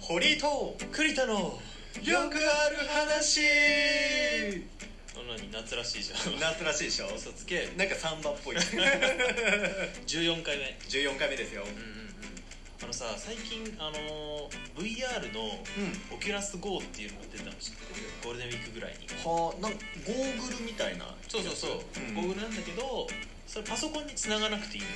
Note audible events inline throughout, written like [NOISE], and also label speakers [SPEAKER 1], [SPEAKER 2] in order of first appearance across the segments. [SPEAKER 1] 堀井と
[SPEAKER 2] 栗田のよくある話
[SPEAKER 1] なに夏らしいじゃん
[SPEAKER 2] 夏らしいでしょ
[SPEAKER 1] 嘘つけ
[SPEAKER 2] なんかサンバっぽい
[SPEAKER 1] 14回目
[SPEAKER 2] 14回目ですよ
[SPEAKER 1] うんうんうんあのさ最近あのー VR の
[SPEAKER 2] う
[SPEAKER 1] オキュラス GO っていうのが出たの知ってるゴールデンウィークぐらいに
[SPEAKER 2] はあなんかゴーグルみたいな
[SPEAKER 1] そうそうそう、
[SPEAKER 2] うん
[SPEAKER 1] ゴーグルなんだけどそれパソコンに繋がなくていいのよ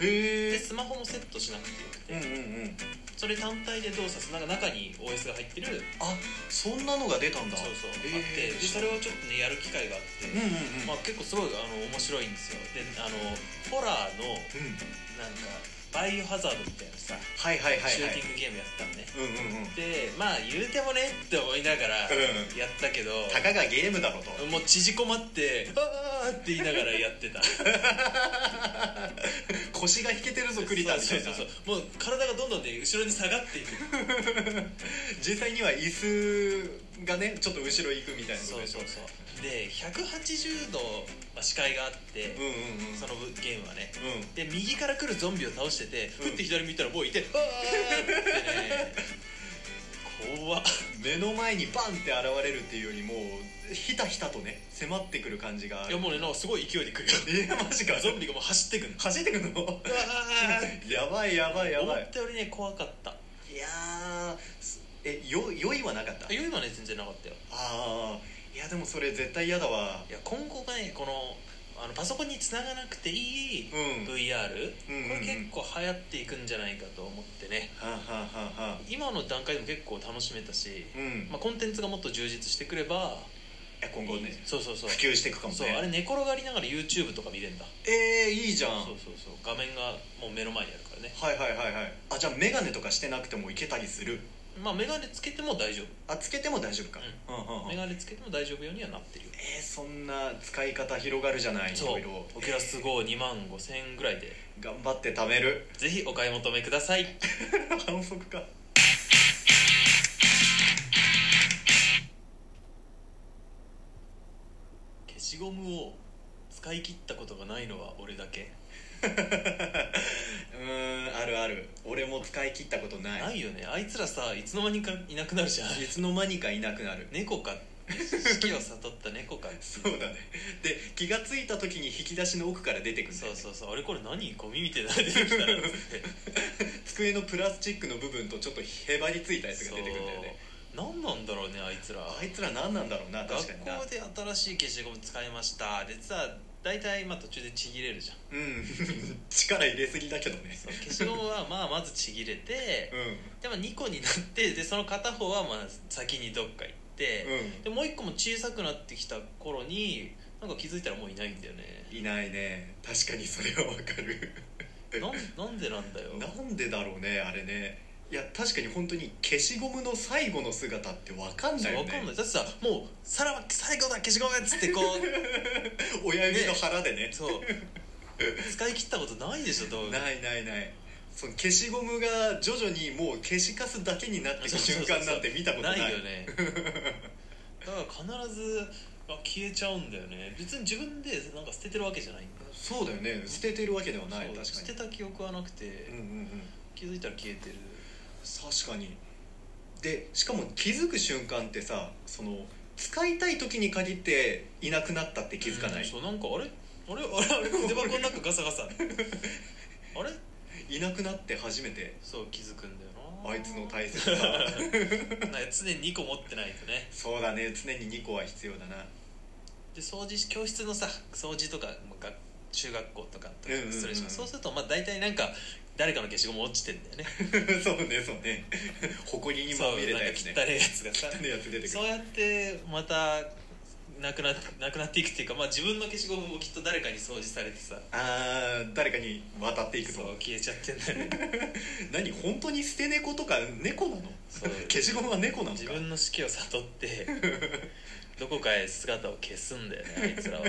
[SPEAKER 2] へ
[SPEAKER 1] でスマホもセットしなくてよくて、
[SPEAKER 2] うんうんうん
[SPEAKER 1] それ単体で動作するなんか中に OS が入ってる
[SPEAKER 2] あそんなのが出たんだ
[SPEAKER 1] そうそうあっ
[SPEAKER 2] へー
[SPEAKER 1] てでそれをちょっとねやる機会があって、
[SPEAKER 2] うんうんうん
[SPEAKER 1] まあ、結構すごいあの面白いんですよであのホラーの
[SPEAKER 2] うん
[SPEAKER 1] なんかバイオハザードみたいなさ、
[SPEAKER 2] はいはいはい
[SPEAKER 1] シュ
[SPEAKER 2] は
[SPEAKER 1] ーテ
[SPEAKER 2] い
[SPEAKER 1] ィングゲームやったのね
[SPEAKER 2] うんうんうん
[SPEAKER 1] でまあ言うてもねって思いなが
[SPEAKER 2] ん
[SPEAKER 1] らやったけど、
[SPEAKER 2] たかがゲームだろと
[SPEAKER 1] もう縮こまって「ああ」って言いながらやっ
[SPEAKER 2] [LAUGHS]
[SPEAKER 1] てた
[SPEAKER 2] 腰が引けてるぞ栗田みた
[SPEAKER 1] そう
[SPEAKER 2] いな
[SPEAKER 1] そうそうもう体がどんどんね後ろに下がっていく
[SPEAKER 2] 実際には椅子がねちょっと後ろ行くみたいなこと
[SPEAKER 1] そう
[SPEAKER 2] でし
[SPEAKER 1] そ
[SPEAKER 2] ょ
[SPEAKER 1] うそうで180度まあ視界があって
[SPEAKER 2] うん、うんうん
[SPEAKER 1] そのゲームはね
[SPEAKER 2] うん
[SPEAKER 1] で右から来るゾンビを倒してて
[SPEAKER 2] うん
[SPEAKER 1] ふって左見たらもうい
[SPEAKER 2] [LAUGHS]
[SPEAKER 1] て「ああ」ってね怖っ
[SPEAKER 2] 目の前にバンって現れるっていうよりもうひたひたとね迫ってくる感じが
[SPEAKER 1] いやもうねなんかすごい勢いで来るよ
[SPEAKER 2] えーマジか
[SPEAKER 1] ゾンビがもう走ってくんの
[SPEAKER 2] 走ってくるの
[SPEAKER 1] うわ
[SPEAKER 2] [LAUGHS]
[SPEAKER 1] ー
[SPEAKER 2] やばいやばいや
[SPEAKER 1] 思
[SPEAKER 2] ば
[SPEAKER 1] っ
[SPEAKER 2] い
[SPEAKER 1] たよりね怖かった
[SPEAKER 2] いやーすえよ酔いはなかった
[SPEAKER 1] あいうのはね全然なかったよ
[SPEAKER 2] ああいやでもそれ絶対嫌だわ
[SPEAKER 1] いや今後がねこのあのパソコンに繋がなくていい
[SPEAKER 2] うん
[SPEAKER 1] VR、
[SPEAKER 2] うんうんうん
[SPEAKER 1] これ結構流行っていくんじゃないかと思ってね
[SPEAKER 2] はあ、はあはあはあ、
[SPEAKER 1] 今の段階でも結構楽しめたし、
[SPEAKER 2] うん、
[SPEAKER 1] まあ、コンテンツがもっと充実してくれば
[SPEAKER 2] いや今後ね
[SPEAKER 1] そうそうそう
[SPEAKER 2] 普及していくかもね
[SPEAKER 1] そうあれ寝転がりながら YouTube とか見れるんだ
[SPEAKER 2] えー、いいじゃん
[SPEAKER 1] そうそうそう画面がもう目の前にあるからね
[SPEAKER 2] はいはいはいはいあじゃあ眼鏡とかしてなくてもいけたりする
[SPEAKER 1] まあ眼鏡つけても大丈夫
[SPEAKER 2] あつけても大丈夫か、
[SPEAKER 1] う
[SPEAKER 2] うんうんうん
[SPEAKER 1] 眼鏡つけても大丈夫ようにはなってるよ
[SPEAKER 2] えー、そんな使い方広がるじゃないい
[SPEAKER 1] そ
[SPEAKER 2] ろ
[SPEAKER 1] う
[SPEAKER 2] いろ
[SPEAKER 1] オキュラス GO2 万5000円ぐらいで
[SPEAKER 2] 頑張って貯める
[SPEAKER 1] ぜひお買い求めください [LAUGHS]
[SPEAKER 2] 反則か
[SPEAKER 1] 消しゴムを使い切ったことがないのは俺だけ
[SPEAKER 2] うーんあるある俺も使い切ったことない、
[SPEAKER 1] ないよねあいつらさいつの間にかいなくなるじ
[SPEAKER 2] [LAUGHS]
[SPEAKER 1] ゃん
[SPEAKER 2] い、つの間にかいなくなる
[SPEAKER 1] 猫か四季を悟った猫か
[SPEAKER 2] [LAUGHS] そうだねで気がついた時に引き出しの奥から出てくるんだ
[SPEAKER 1] そ
[SPEAKER 2] よ
[SPEAKER 1] う
[SPEAKER 2] ね
[SPEAKER 1] そうそうあれこれ何ゴミみたいなの出て
[SPEAKER 2] [LAUGHS]
[SPEAKER 1] きたら
[SPEAKER 2] 机のプラスチックの部分とちょっとへばりついたやつが
[SPEAKER 1] そ
[SPEAKER 2] 出
[SPEAKER 1] う
[SPEAKER 2] てくるんだよね
[SPEAKER 1] 何なんだろうねあいつら
[SPEAKER 2] あいつら何なんだろうな確
[SPEAKER 1] 学
[SPEAKER 2] かにな
[SPEAKER 1] 校で新しい消しゴム使いましたで実は大体まあ途中でちぎれるじ
[SPEAKER 2] [LAUGHS]
[SPEAKER 1] ゃん
[SPEAKER 2] うん力入れすぎだけ
[SPEAKER 1] [LAUGHS]
[SPEAKER 2] どね
[SPEAKER 1] そう消しゴムはまあまずちぎれて
[SPEAKER 2] うん
[SPEAKER 1] でも2個になってでその片方はまあ先にどっか行って、
[SPEAKER 2] う
[SPEAKER 1] でもう1個も小さくなってきた頃になんか気づいたらもういないんだよね
[SPEAKER 2] んいないね確かにそれはわかる
[SPEAKER 1] なんなんでなんだよ
[SPEAKER 2] なんでだろうねあれねいや確かに本当に消しゴムの最後の姿ってわかん
[SPEAKER 1] そ
[SPEAKER 2] な
[SPEAKER 1] う
[SPEAKER 2] いよ
[SPEAKER 1] わ
[SPEAKER 2] ね
[SPEAKER 1] かんないだってさもう「さらば最後だ消しゴム!」っつってこう
[SPEAKER 2] 親指の腹でね
[SPEAKER 1] そう使い切ったことないでしょどう
[SPEAKER 2] ないないないその消しゴムが徐々にもう消しカスだけになっていく瞬間なんて見たことない
[SPEAKER 1] ないよねだから必ずあ消えちゃうんだよね別に自分でなんか捨ててるわけじゃないんだ
[SPEAKER 2] そうだよね捨ててるわけではない
[SPEAKER 1] そう
[SPEAKER 2] 確か
[SPEAKER 1] 捨て
[SPEAKER 2] に
[SPEAKER 1] た記憶はなくて、
[SPEAKER 2] うんうんうん
[SPEAKER 1] 気づいたら消えてる
[SPEAKER 2] 確かにでしかも気づく瞬間ってさその使いたい時に限っていなくなったって気づかない、
[SPEAKER 1] うんそうなんかあれあれあれあれ筆箱の中ガサガサあれ
[SPEAKER 2] いなくなって初めて
[SPEAKER 1] そう気づくんだよな
[SPEAKER 2] あいつの大切さ [LAUGHS]
[SPEAKER 1] [LAUGHS] なんか常に2個持ってないとね
[SPEAKER 2] そうだね常に2個は必要だな [LAUGHS]
[SPEAKER 1] で掃除し教室のさ掃除とかもう学中学校とかと
[SPEAKER 2] うんうんうん
[SPEAKER 1] するじゃんそうするとまあ大体なんか誰かの消しゴム落ちてんだ
[SPEAKER 2] [LAUGHS]
[SPEAKER 1] よね
[SPEAKER 2] そうねそうね [LAUGHS] 埃にまみれたやつ
[SPEAKER 1] そう
[SPEAKER 2] ね
[SPEAKER 1] なんか汚いやつ
[SPEAKER 2] [LAUGHS]
[SPEAKER 1] がさ
[SPEAKER 2] 汚いやつ出てく
[SPEAKER 1] そ
[SPEAKER 2] る
[SPEAKER 1] うやってまたなくなっなくなっていくっていうか、まあ、自分の消しゴムもきっと誰かに掃除されてさ
[SPEAKER 2] あー誰かに渡っていく
[SPEAKER 1] そ
[SPEAKER 2] と
[SPEAKER 1] う消えちゃってんだよね
[SPEAKER 2] 何本当に捨て猫とか猫なの
[SPEAKER 1] そう
[SPEAKER 2] 消しゴムは猫 [LAUGHS] なのか
[SPEAKER 1] 自分の死期を悟って
[SPEAKER 2] [LAUGHS]
[SPEAKER 1] どこかへ姿を消すんだよねあい
[SPEAKER 2] [LAUGHS]
[SPEAKER 1] つらは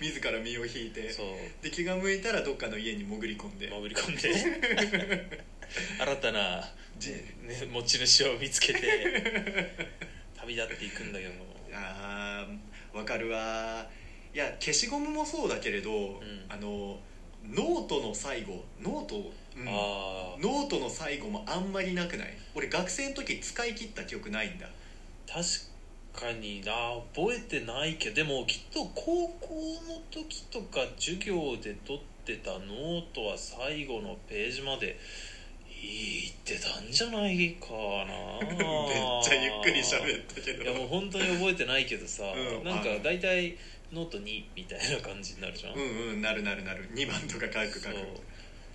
[SPEAKER 2] 自ら身を引いて
[SPEAKER 1] そう
[SPEAKER 2] で気が向いたらどっかの家に潜り込んで
[SPEAKER 1] 潜り込んで
[SPEAKER 2] [LAUGHS]
[SPEAKER 1] 新たな、
[SPEAKER 2] じ
[SPEAKER 1] ね、持ち主を見つけて旅立っていくんだけども
[SPEAKER 2] あーわかるわいや消しゴムもそうだけれど、
[SPEAKER 1] ん
[SPEAKER 2] あのノートの最後ノート、うん
[SPEAKER 1] ああ
[SPEAKER 2] ノートの最後もあんまりなくない俺学生の時使い切った記憶ないんだ
[SPEAKER 1] 確かにな覚えてないけどでもきっと高校の時とか授業で取ってたノートは最後のページまでいってたんじゃないかな
[SPEAKER 2] [LAUGHS] めっちゃゆっくり喋ったけ
[SPEAKER 1] いやも
[SPEAKER 2] ど
[SPEAKER 1] う本当に覚えてないけどさ、
[SPEAKER 2] うん
[SPEAKER 1] なんか大体ノート2みたいな感じになるじゃん、
[SPEAKER 2] うんうんなるなるなる2番とか書く書
[SPEAKER 1] そう
[SPEAKER 2] く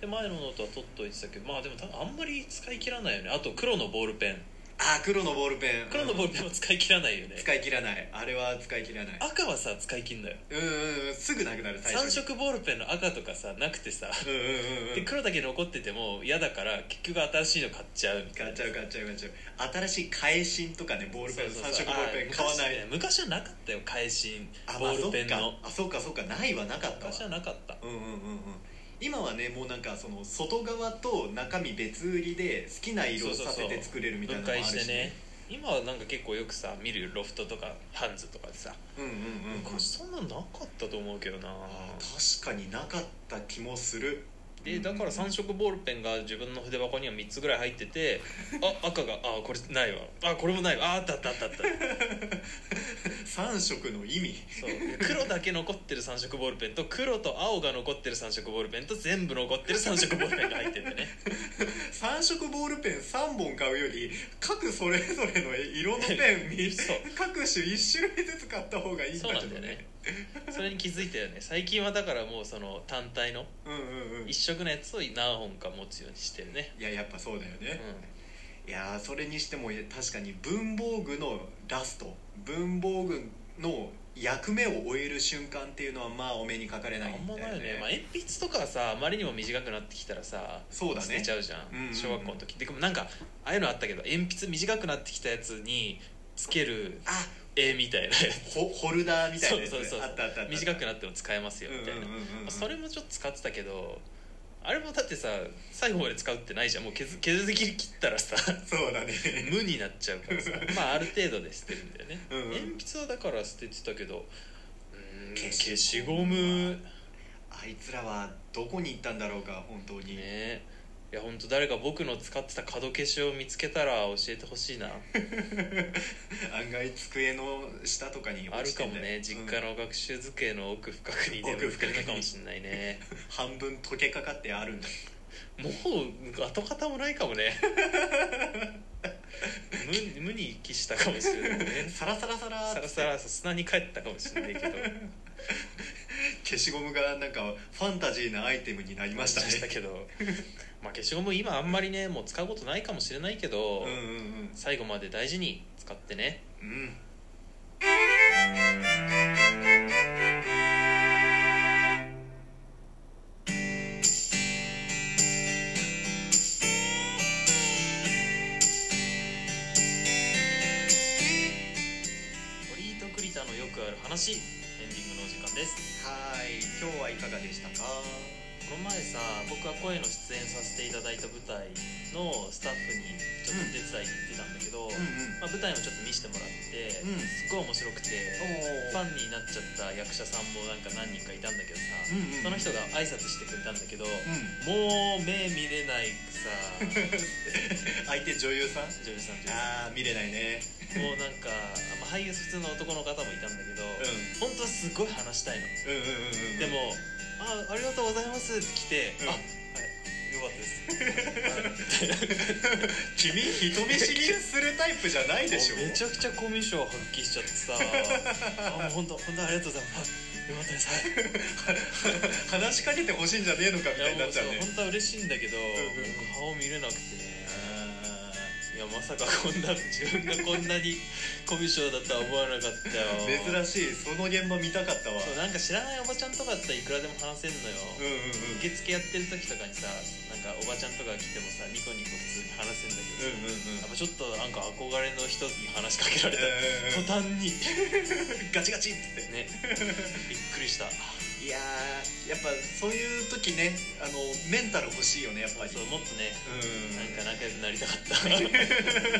[SPEAKER 1] で前のノートは取っといてたけどまあでも多分あんまり使い切らないよねあと黒のボールペン
[SPEAKER 2] あー黒のボールペン
[SPEAKER 1] 黒のボールペンは使い切らないよ
[SPEAKER 2] う
[SPEAKER 1] ね
[SPEAKER 2] ん使い切らないあれは使い切らない
[SPEAKER 1] 赤はさ使い切んだよ
[SPEAKER 2] うんうんうんすぐなくなる最
[SPEAKER 1] 3
[SPEAKER 2] 初に
[SPEAKER 1] 色ボールペンの赤とかさなくてさ
[SPEAKER 2] うんうんうんう
[SPEAKER 1] で
[SPEAKER 2] ん
[SPEAKER 1] 黒だけ残ってても嫌だから結局新しいの買っちゃうみたい
[SPEAKER 2] 買
[SPEAKER 1] な
[SPEAKER 2] っちゃう買っちゃう買っちゃう新しい返信とかねボールペン
[SPEAKER 1] そう
[SPEAKER 2] 3
[SPEAKER 1] そうそう
[SPEAKER 2] 色ボールペン買わな
[SPEAKER 1] あ昔
[SPEAKER 2] い
[SPEAKER 1] ね昔はなかったよ返し
[SPEAKER 2] あ
[SPEAKER 1] ボ
[SPEAKER 2] まあ
[SPEAKER 1] ー
[SPEAKER 2] そ
[SPEAKER 1] ル
[SPEAKER 2] っ
[SPEAKER 1] ペン
[SPEAKER 2] か
[SPEAKER 1] の
[SPEAKER 2] あそうかそうかないはなかったわ
[SPEAKER 1] 昔はなかった
[SPEAKER 2] うんうんうんうん今はねもうなんかその外側と中身別売りで好きな色を
[SPEAKER 1] そう
[SPEAKER 2] さ
[SPEAKER 1] そうそ
[SPEAKER 2] せ
[SPEAKER 1] う
[SPEAKER 2] て作れるみたいな
[SPEAKER 1] 分
[SPEAKER 2] のもあ
[SPEAKER 1] 解
[SPEAKER 2] る
[SPEAKER 1] して
[SPEAKER 2] し
[SPEAKER 1] ね今はなんか結構よくさ見るよロフトとかハンズとかでさ
[SPEAKER 2] うんうんうんうん
[SPEAKER 1] 昔そんなのなかったと思うけどな
[SPEAKER 2] あー確かになかった気もする
[SPEAKER 1] でだから3色ボールペンが自分の筆箱には3つぐらい入っ
[SPEAKER 2] [LAUGHS]
[SPEAKER 1] ててあ赤があこれないわあこれもないわああったあったあったあった
[SPEAKER 2] 3色の意味
[SPEAKER 1] そう黒だけ残ってる3色ボールペンと黒と青が残ってる3色ボールペンと全部残ってる3色ボールペンが入ってるん
[SPEAKER 2] [LAUGHS]
[SPEAKER 1] でね
[SPEAKER 2] 3色ボールペン3本買うより各それぞれの色のペンみ
[SPEAKER 1] そう
[SPEAKER 2] 各種1種類ずつ買った方がいいんだ
[SPEAKER 1] そうな
[SPEAKER 2] け
[SPEAKER 1] んだ
[SPEAKER 2] ど
[SPEAKER 1] よ
[SPEAKER 2] ね
[SPEAKER 1] ねそれに気づいたよね最近はだからもうその単体の
[SPEAKER 2] うんうんうん
[SPEAKER 1] 1色のやつを何本か持つようにしてるね
[SPEAKER 2] いややっぱそうだよ
[SPEAKER 1] う
[SPEAKER 2] ね
[SPEAKER 1] ん、
[SPEAKER 2] いやーそれにしても確かに文房具のラスト文房具の役目を終える瞬間っていうのはまあお目にかかれない
[SPEAKER 1] あんま
[SPEAKER 2] だ
[SPEAKER 1] ないよね、まあ、鉛筆とかはさあまりにも短くなってきたらさ
[SPEAKER 2] そうだ
[SPEAKER 1] 捨て
[SPEAKER 2] ね
[SPEAKER 1] ちゃうじゃん、
[SPEAKER 2] うんうんうん
[SPEAKER 1] 小学校の時でもなんかああいうのあったけど鉛筆短くなってきたやつにつける
[SPEAKER 2] あ
[SPEAKER 1] 絵みたいなや
[SPEAKER 2] [LAUGHS]
[SPEAKER 1] つ
[SPEAKER 2] ホホルダーみたいなやつね
[SPEAKER 1] そうそうそうそう
[SPEAKER 2] あったあったあった
[SPEAKER 1] 短くなっても使えますよみた
[SPEAKER 2] う
[SPEAKER 1] いな、
[SPEAKER 2] んうんうんうん
[SPEAKER 1] まあそれもちょっと使ってたけどあれもだってさ最後まで使うってないじゃんもう削削り切った
[SPEAKER 2] [LAUGHS]
[SPEAKER 1] らさ
[SPEAKER 2] そうだね
[SPEAKER 1] 無になっちゃうからさまあある程度で捨てるんだよね、
[SPEAKER 2] うんうん
[SPEAKER 1] 鉛筆はだから捨ててたけどうーん
[SPEAKER 2] 消
[SPEAKER 1] 消
[SPEAKER 2] し
[SPEAKER 1] しゴム
[SPEAKER 2] あいつらはどこに行ったんだろうか本当に、
[SPEAKER 1] ねいや本当誰か僕の使ってた角消しを見つけたら教えてほしいな
[SPEAKER 2] [LAUGHS] 案外机の下とかに
[SPEAKER 1] あ
[SPEAKER 2] 落
[SPEAKER 1] る
[SPEAKER 2] ち
[SPEAKER 1] か
[SPEAKER 2] てん
[SPEAKER 1] も
[SPEAKER 2] だよ
[SPEAKER 1] ね実家
[SPEAKER 2] うん
[SPEAKER 1] の学習机の奥深くにでも
[SPEAKER 2] 奥
[SPEAKER 1] 見つ
[SPEAKER 2] 深
[SPEAKER 1] け
[SPEAKER 2] くに
[SPEAKER 1] たかもしんないね
[SPEAKER 2] 半分溶けかかってあるんだ
[SPEAKER 1] もう跡形もないかもね [LAUGHS] 無無に帰したかもしれないね
[SPEAKER 2] [LAUGHS] サラサラサラーって
[SPEAKER 1] さらさら砂に帰ったかもしれないけど
[SPEAKER 2] 消しゴムがなんかファンタジーなアイテムになりま [LAUGHS] したね
[SPEAKER 1] けどまあ消しゴム今あんまりねもう使うことないかもしれないけど、
[SPEAKER 2] うんうん
[SPEAKER 1] 最後まで大事に使ってね
[SPEAKER 2] うんうん
[SPEAKER 1] 鳥居と栗田のよくある話エンディングのお時間です
[SPEAKER 2] はーい今日はいかがでしたか
[SPEAKER 1] この前さ僕は声の出演させていただいた舞台のスタッフにちょっと手伝いに行ってたんだけ
[SPEAKER 2] う
[SPEAKER 1] ど、
[SPEAKER 2] ん
[SPEAKER 1] まあ、舞台もちょっと見せてもらって、
[SPEAKER 2] うん
[SPEAKER 1] すっごい面白くて、フ
[SPEAKER 2] おー
[SPEAKER 1] ァンになっちゃった役者さんもなんか何人かいたんだけどさ、
[SPEAKER 2] うんうん
[SPEAKER 1] その人が挨拶してくれたんだけ
[SPEAKER 2] う
[SPEAKER 1] ど、
[SPEAKER 2] ん
[SPEAKER 1] もう目見れないさ
[SPEAKER 2] 相手女優さん
[SPEAKER 1] 女優さん女優
[SPEAKER 2] あー
[SPEAKER 1] さ
[SPEAKER 2] 見れないね [LAUGHS]
[SPEAKER 1] んもうなんか、まあ、俳優普通の男の方もいたんだけど、本当はすごい話したいの、
[SPEAKER 2] うんうんうんうん
[SPEAKER 1] でも「あありがとうございます」って来て「
[SPEAKER 2] うん
[SPEAKER 1] あはいよかったです」
[SPEAKER 2] [LAUGHS] 君人見知りするタイプじゃないでし [LAUGHS] ょ
[SPEAKER 1] めちゃくちゃコミュ障発揮しちゃって
[SPEAKER 2] [LAUGHS]
[SPEAKER 1] さあもう本当本当ありがとうございますよかったですはい
[SPEAKER 2] 話しかけてほしいんじゃねえのかみ
[SPEAKER 1] い
[SPEAKER 2] たい
[SPEAKER 1] や
[SPEAKER 2] にな
[SPEAKER 1] も
[SPEAKER 2] っ
[SPEAKER 1] う
[SPEAKER 2] ち
[SPEAKER 1] そ
[SPEAKER 2] ゃ
[SPEAKER 1] う
[SPEAKER 2] うね
[SPEAKER 1] 本当は嬉しいんだけど、
[SPEAKER 2] ん
[SPEAKER 1] 顔見れなくてね
[SPEAKER 2] あ
[SPEAKER 1] いやまさかこんな自分がこんなにコミュ障だとは思わなかったよ
[SPEAKER 2] ー [LAUGHS] 珍しいその現場見たかったわ
[SPEAKER 1] そうなんか知らないおばちゃんとかだったらいくらでも話せるの
[SPEAKER 2] うんう
[SPEAKER 1] よ、
[SPEAKER 2] ん
[SPEAKER 1] 受付やってる時とかにさなんかおばちゃんとか来てもさニコニコ普通に話せるんだけどさ、
[SPEAKER 2] うんうんうんうん
[SPEAKER 1] やっぱちょっとなんか憧れの人に話しかけられた、
[SPEAKER 2] え
[SPEAKER 1] 途端
[SPEAKER 2] [LAUGHS]
[SPEAKER 1] に
[SPEAKER 2] ーガチガチって
[SPEAKER 1] ねびっくりした
[SPEAKER 2] いやーやっぱそういう時ねあのメンタル欲しいよねやっぱり
[SPEAKER 1] そうもっとね
[SPEAKER 2] うん
[SPEAKER 1] なんか仲良くなりたか
[SPEAKER 2] [LAUGHS]
[SPEAKER 1] った
[SPEAKER 2] 結局はそうだね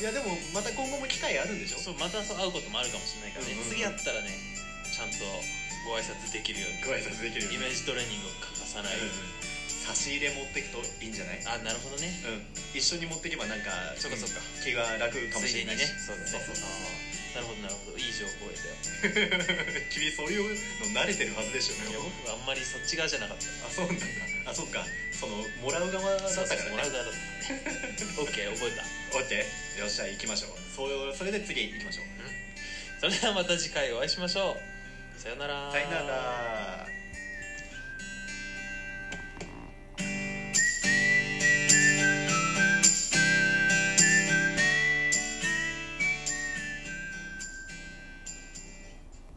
[SPEAKER 2] いやでもまた今後も機会あるんでしょ
[SPEAKER 1] そうまたそう会うこともあるかもしれないからね、
[SPEAKER 2] うんうんうん
[SPEAKER 1] 次会ったらねちゃんとご挨拶できるよう
[SPEAKER 2] ご挨拶できるよう
[SPEAKER 1] に
[SPEAKER 2] に
[SPEAKER 1] イメージトレーニングを欠かさない、
[SPEAKER 2] うん差し入れ持ってくといいんじゃない
[SPEAKER 1] あなるほどね
[SPEAKER 2] うん一緒に持ってけばなんか
[SPEAKER 1] そっかそっか
[SPEAKER 2] うん気が楽かもしれないし
[SPEAKER 1] ついでにねそうだね
[SPEAKER 2] そうそう
[SPEAKER 1] なるほどなるほどいい情報を得たよ
[SPEAKER 2] [LAUGHS] 君そういうの慣れてるはずでしょ
[SPEAKER 1] いや僕はあんまりそっち側じゃなかった
[SPEAKER 2] あそうなんだあそっかそのもらう側だった
[SPEAKER 1] そう
[SPEAKER 2] か
[SPEAKER 1] そう
[SPEAKER 2] らね
[SPEAKER 1] もらう側だったからね [LAUGHS] OK 覚えた
[SPEAKER 2] OK よっしゃ行きましょうそうそれで次行きましょう
[SPEAKER 1] それではまた次回お会いしましょうさよなら
[SPEAKER 2] さよなら